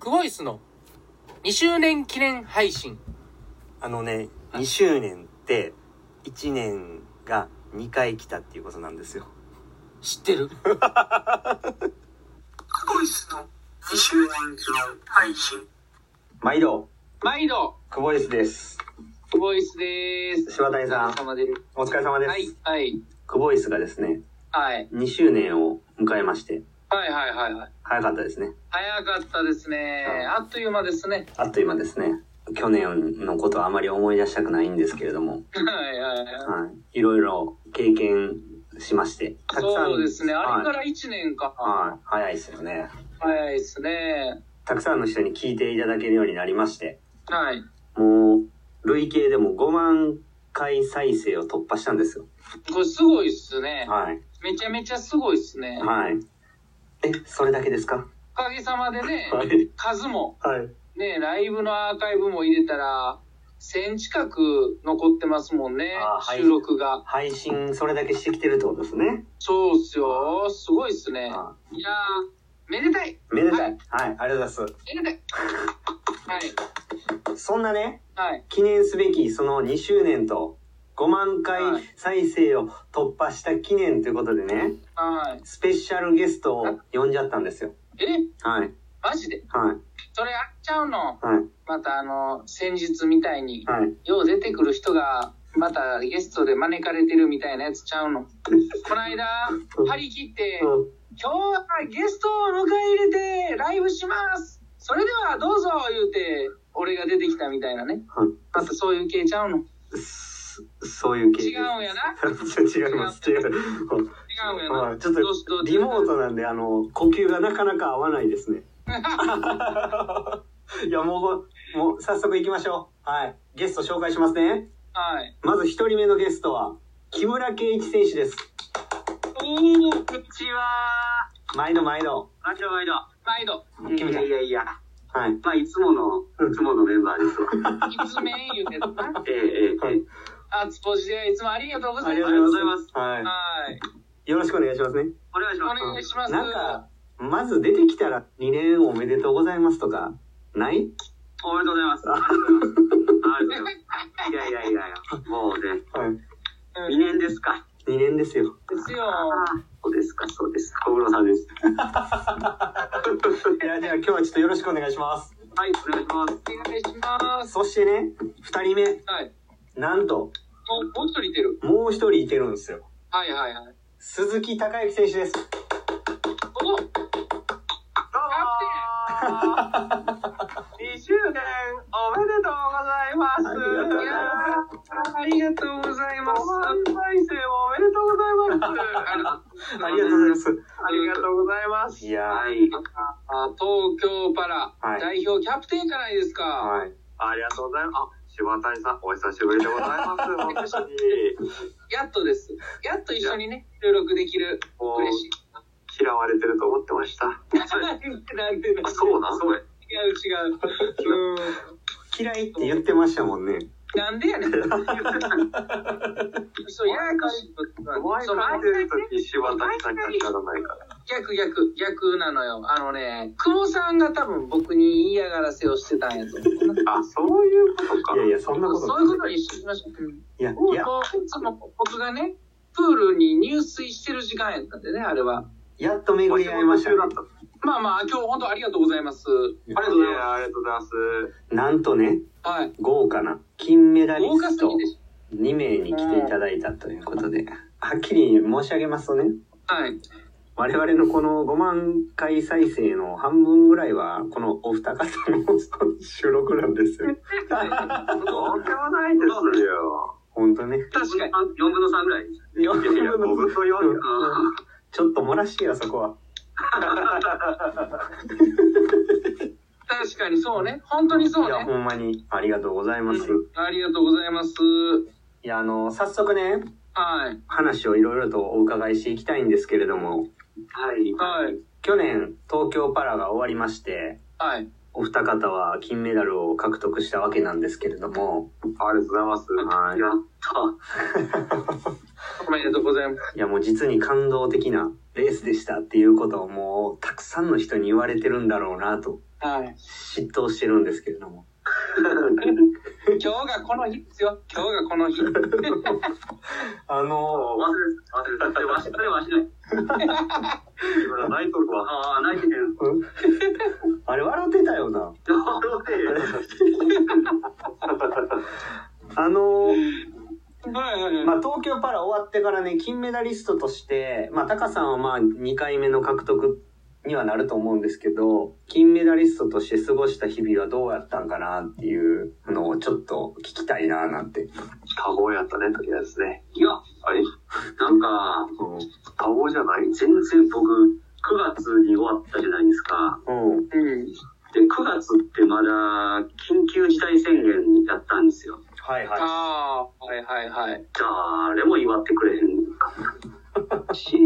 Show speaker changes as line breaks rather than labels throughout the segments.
クボイスの2周年記念配信。
あのね、
はい
2周年って、1年が2回来たっていうことなんですよ。
知ってる
ボイスの2周年記念配信。
毎度、
毎度、
久保ですです。
クボイスでーす。
柴谷さん
お疲れ様です。
お疲れ様です。
はい、はい、
久保イスがですね、
はい。
2周年を迎えまして、
はい、はい、はいはい。
早かったですね。
早かったですね。あっという間ですね。
あっという間ですね。去年のことはあまり思い出したくないんですけれども、
はい、はい、はい。
はい。いろいろ経験しまして、たくさん。
そうですね。あれか
はい
ら1年か。
はい、早いですよね。
早いですね。
たくさんの人に聞いていただけるようになりまして、
はい。
もう、累計でも5万回再生を突破したんですよ。
これすごいっすね。
はい。
めちゃめちゃすごいっすね。
はい。え、それだけですか
おかげさまでね、
い。
数も、
はい。
ね、ライブのアーカイブも入れたら、1000近く残ってますもんね
あー、はい
収録が。
配信、それだけしてきてるってことですね。
そうっすよ。すごいっすね。
あ
いやー、めでたい
めでた。
はい
はい、ありがとうござい
めでたいはい。
ます。そんなね、
はい。
記念すべきその2周年と5万
は
回
い
再生を突破した記念ということでね、
は
スペシャルゲストを呼んじゃったんですよ。
い。え
はい。
マジで
はい。
それやっちゃうの
はい。
またあの、先日みたいに、
はい。
よう出てくる人が、またゲストで招かれてるみたいなやつちゃうの。こないだ、張り切って、
うん
今日はゲストを迎え入れてライブしますそれではどうぞ言うて俺が出てきたみたいなね
はい
またそういう系ちゃうの違
そそういう経
うん
験。
やな
違います。違う。
違うんや
は
ない
ちょっと
どうしどうし
リモートなんであの呼吸がなかなか合わないで すね。いやもうごもう早速行きましょう。はいゲスト紹介しますね。
はい
まず一人目のゲストは木村敬一選手です。
おおこんにちは
毎度毎度。
毎度毎度。
毎度
いやいやいやいや。
はい。
まあ、いつもの、いつものメンバーですわ。
いつめ言うてたな
ええええ
は
え
い
え。
あつぽじでいつもありがとうござ
あ
い
り
ま
が
す
とうございま
ありがとうございます
す。は
はい
い。よろしくお願いしますね。
お願いし
お
ます。
願いします
なんかまず出てきたら2年おめでとうございますとかない？
おめでとうございます。ありがとうございます。いやいやいやいや。もうね、
はい。
うん
2年ですか。
2年ですよ。
ですよ
ああ、そうですか、そうです。ご苦労さんで
い
す。
やじゃあ今日はちょっとよろしくお願いします。
はい、お願いしま
お
す。
願いします
そしてね2人目
はい
なんと
もうもう一人いてる
もう一人いてるんですよ。
はいはいはい
鈴木孝之選手です。
お
どうも2周年おめでとうございます
ありがとうございま
ありがとうございます
再生おめでとうございます。
ありがとうございます。
ありがとうございます。
いやー
はい。
あ東京パラ
はい
代表キャプテンじゃないですか。
はい。
ありがとうございます。あ、柴谷さん、お久しぶりでございます。本 当に。
やっとです。やっと一緒にね、収録できる。
も
嬉しい。
う、嫌われてると思ってました。
なんでだ
あ、そうなんそ
違
れ。
う違う。うん。
嫌いって言ってましたもんね。
なんでや ねん。そう、ややこしいこと
お
なん
前
で。
か
そう、
ら
毎回
出る
ね
とき、柴谷さんが叱らないから。
逆逆、逆なのよ。あのね、久保さんが多分僕に嫌がらせをしてたんやと思うな。
あ、そういうことか
い。やいや、そんなこと
そういうことにしてきましょう。うん
いや、
もう
いや、
いつも僕がね、プールに入水してる時間やったんでね、あれは。
やっと巡り合いましたね、
お仕事中だっ
まあまあ、今日本当ありがとうございます。
たありがとうございます。ありがとうございます。
なんとね、
はい。
豪華な金メダリ
豪華
ス
す
ト
ぎでし
2名に来ていただいたということで、はっきり申し上げますとね、
ょ。はい。
我々のこの5万回再生の半分ぐらいは、このお二方の収録なんです よ。
どうでもないですよ。
ほんとね。
確かに。
4分の3ぐらいです。
いや
いやいや、5分の4か。
ちょっと漏らしてよ、そこは。
確かにそうね。本当にそう
いや、
ね。
ほんまにありがとうございます。
ありがとうございます。
いや、あの、早速ね、
はい。
話をいろいろとお伺いしていきたいんですけれども、
はい。
はい。
去年東京パラが終わりまして、
はい。
お二方は金メダルを獲得したわけなんですけれども、
ありがとうございます。
はい
やった。
おめでとうございます。
いやもう実に感動的なレースでしたっていうことをもうたくさんの人に言われてるんだろうなと
はい。
嫉妬してるんですけれども。
今日がこの日ですよ。今日がこの日。
あの
忘れ、忘れ、忘れ、忘れ、忘れ。今、泣いとるわ。ああ、泣いてへん。
うんあれ笑ってたよな。あの
はいはいはい。
まあ、東京パラ終わってからね、金メダリストとして、まあ、タカさんはまあ、2回目の獲得にはなると思うんですけど、金メダリストとして過ごした日々はどうやったんかなっていうのをちょっと聞きたいななんて。
多忙やったね、とりあえずね。
いや、
あれなんか、多忙じゃない全然僕、9月に終わったじゃないですか。
うん。
うん。
で、9月ってまだ、緊急事態宣言だったんですよ。
はいは
ああ、はいはいはい。
誰も祝ってくれへんかったし、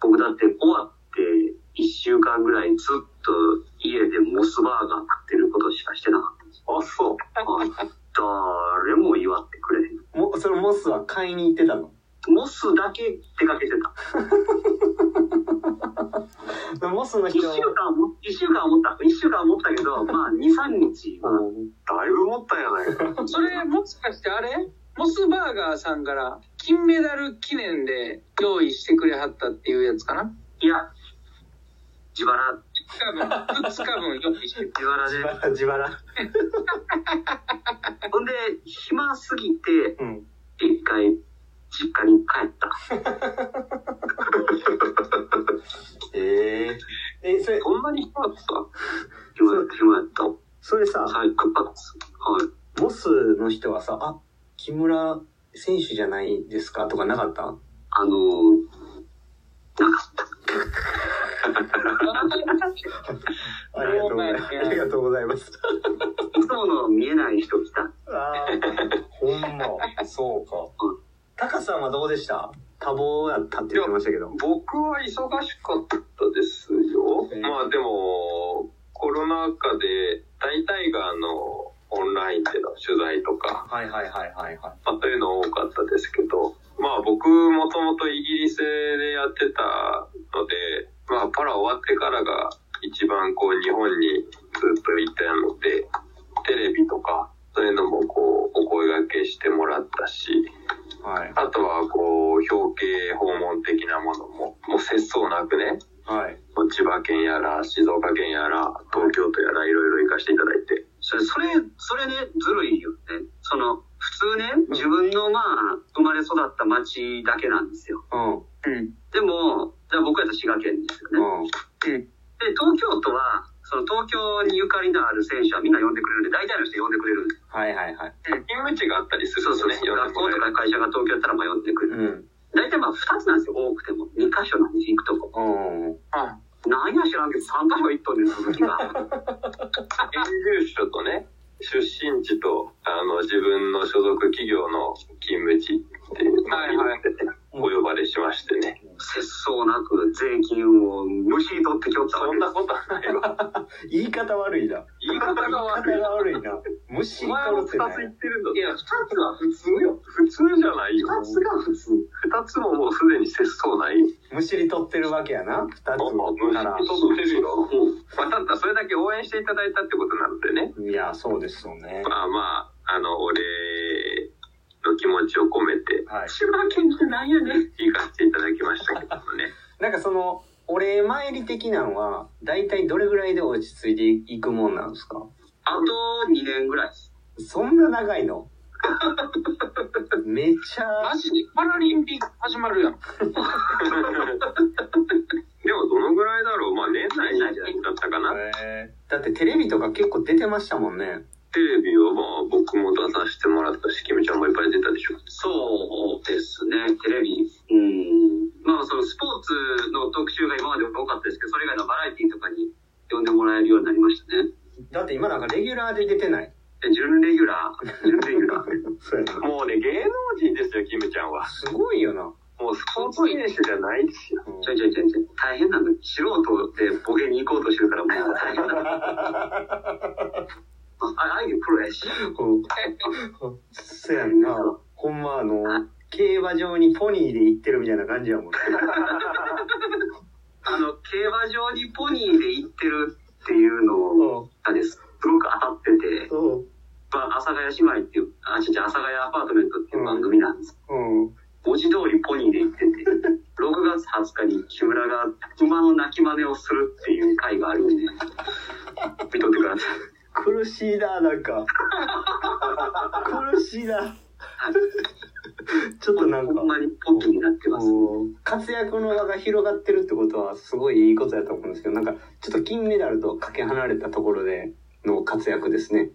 僕だって終わって1週間ぐらいずっと家でモスバーガー食ってることしかしてなかった。あ、そう。誰も祝ってくれへん。
い。も、それモスは買いに行ってたの。
モスだけ出かけてた。
モスの
1週
人は、
間も、一週間持った。1週間持ったけど、まあ2、3日は
うん
だいぶ持ったやないか。
それ、もしかしてあれモスバーガーさんから金メダル記念で用意してくれはったっていうやつかない
や、自腹、
2日分、2日分用意してる。
自腹
自
で。
腹、自腹。
ほんで、暇すぎて、
うん。
一回、実家に帰った。
えええ、それ、
そんなに暇だった暇やった、暇やった。
それさ、
最高だった。
モスの人はさ、あ、木村選手じゃないですかとかなかった
はい。あのー、なかった。
ありがと
お
うございます。
前
ありがとうございます。
いつもの見えない人来た。
あ あ、ほんま、そうか。タカさんはどうでした多忙やったって言ってましたけど。
僕は忙しかったですよ
えー。
まあでも、コロナ禍で大体があの、オンラインでの取材とか、
はいはいはいはいは
まあ、というの多かったですけど、まあ僕もともとイギリスでやってたので、まあパラ終わってからが一番こう日本にずっといたので、テレビとか、そういうのもこうお声掛けしてもらったし、
い。はい。
あとはこう表敬訪問的なものも、もう節操なくね、
はい。
千葉県やら静岡県やら東京都やらいろいろ行かせていただいて
それ、それ、それね、ずるいよね。その、普通ね、自分のまあ、生まれ育った町だけなんですよ。
うん。
うん。
でも、じゃあ僕やったら滋賀県ですよね。
うん。
で、東京都は、その東京にゆかりのある選手はみんな呼んでくれるんで、大体の人呼んでくれるんです。
はいはいはい。
勤務地があったりする
そ
と
うそう
ね
そう。学校とか会社が東京やったらまあ呼んでくれ
う
る。
ん。
大体まあ2つなんですよ、多くても。2箇所なんです、行くとこ。
うん。うん
あ、
なんや知らんけど、3箇所行っとんねん、鈴木が。
永住所とね出身地とあの自分の所属企業の勤務地っていうのを
はいはい
お呼ばれしましてね、
節操なく税金をむしり取ってきょったわ
そ
け
ん
で
な
す。
ことはないわ
言い方悪いな。
言い方が悪
言い
い
方悪いな。無視言
お
い
前
方
も
っ
2
て
つ
ない
言ってるの
いや、2つは普通よ。
普通じゃないよ
2つが普通。
2つももうすでに節操ない
むしり取ってるわけやな。二つ
もう
か
虫飛ってるよ
うん。
まあ、ただそれだけ応援していただいたってことなのでね、
ら。いや、そうですよね。
まあまあ、あの、お礼の気持ちを込めて、
はい。
千葉県ってなんやねん。
行かせていただきましたけどもね。
なんかその、お礼参り的なのは、大体どれぐらいで落ち着いていくもんなんですか
あと2年ぐらいです。
そんな長いのめっちゃ
マ、ジでパラリンピック始まるやん。
でも、どのぐらいだろうまあ、年内だったかな。
えーだってテレビとか結構出てましたもんね。
テレビはまあ、僕も出させてもらったし、キムちゃんもいっぱい出たでしょ。
そうですね、テレビ。うん。まあ、そのスポーツの特集が今まで多かったですけど、それ以外のバラエティとかに呼んでもらえるようになりましたね。
だって今なんかレギュラーで出てない。
で準レギュラ ー、準レギュラー。
そうやな。
もうね、芸能人ですよ、キムちゃんは。
すごいよな。
もう、スポーツ選手じゃないですよ。
ちょいちょいちょいちょい。大変なの。素人でボケに行こうとしてるから、もう大変なの。 あ、あいうプロやし。
うんそうやんな。ほんまあの、競馬場にポニーで行ってるみたいな感じやもんね。
あの、競馬場にポニーで行ってるっていうのを、
うんうん。
まあ、阿佐ヶ谷姉妹っていう、あ、違う違う、阿佐ヶ谷アパートメントっていう番組なんです。
うん。
文字通りポニーで行 ってて、6月20日に木村が馬の鳴き真似をするっていう回があるんで、見とってください。
苦しいな、なんか。苦しいな。ちょっとなんか
ほん。まにポッキーになってます。
こう活躍の場が広がってるってことはすごいいいことだと思うんですけどなんかちょっと金メダルとかけ離れたところでの活躍ですね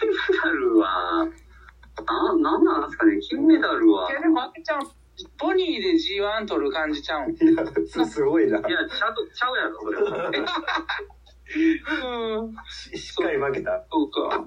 金メダルは、な、なんなんですかね、金メダルは、
い
い
や、でも、あれちゃん、ポニーで G1 取る感じちゃうん。
いやすすごいな
や、ちゃんと、ちゃうやろ、それは。
うん。
ししっかり負けた
そうか。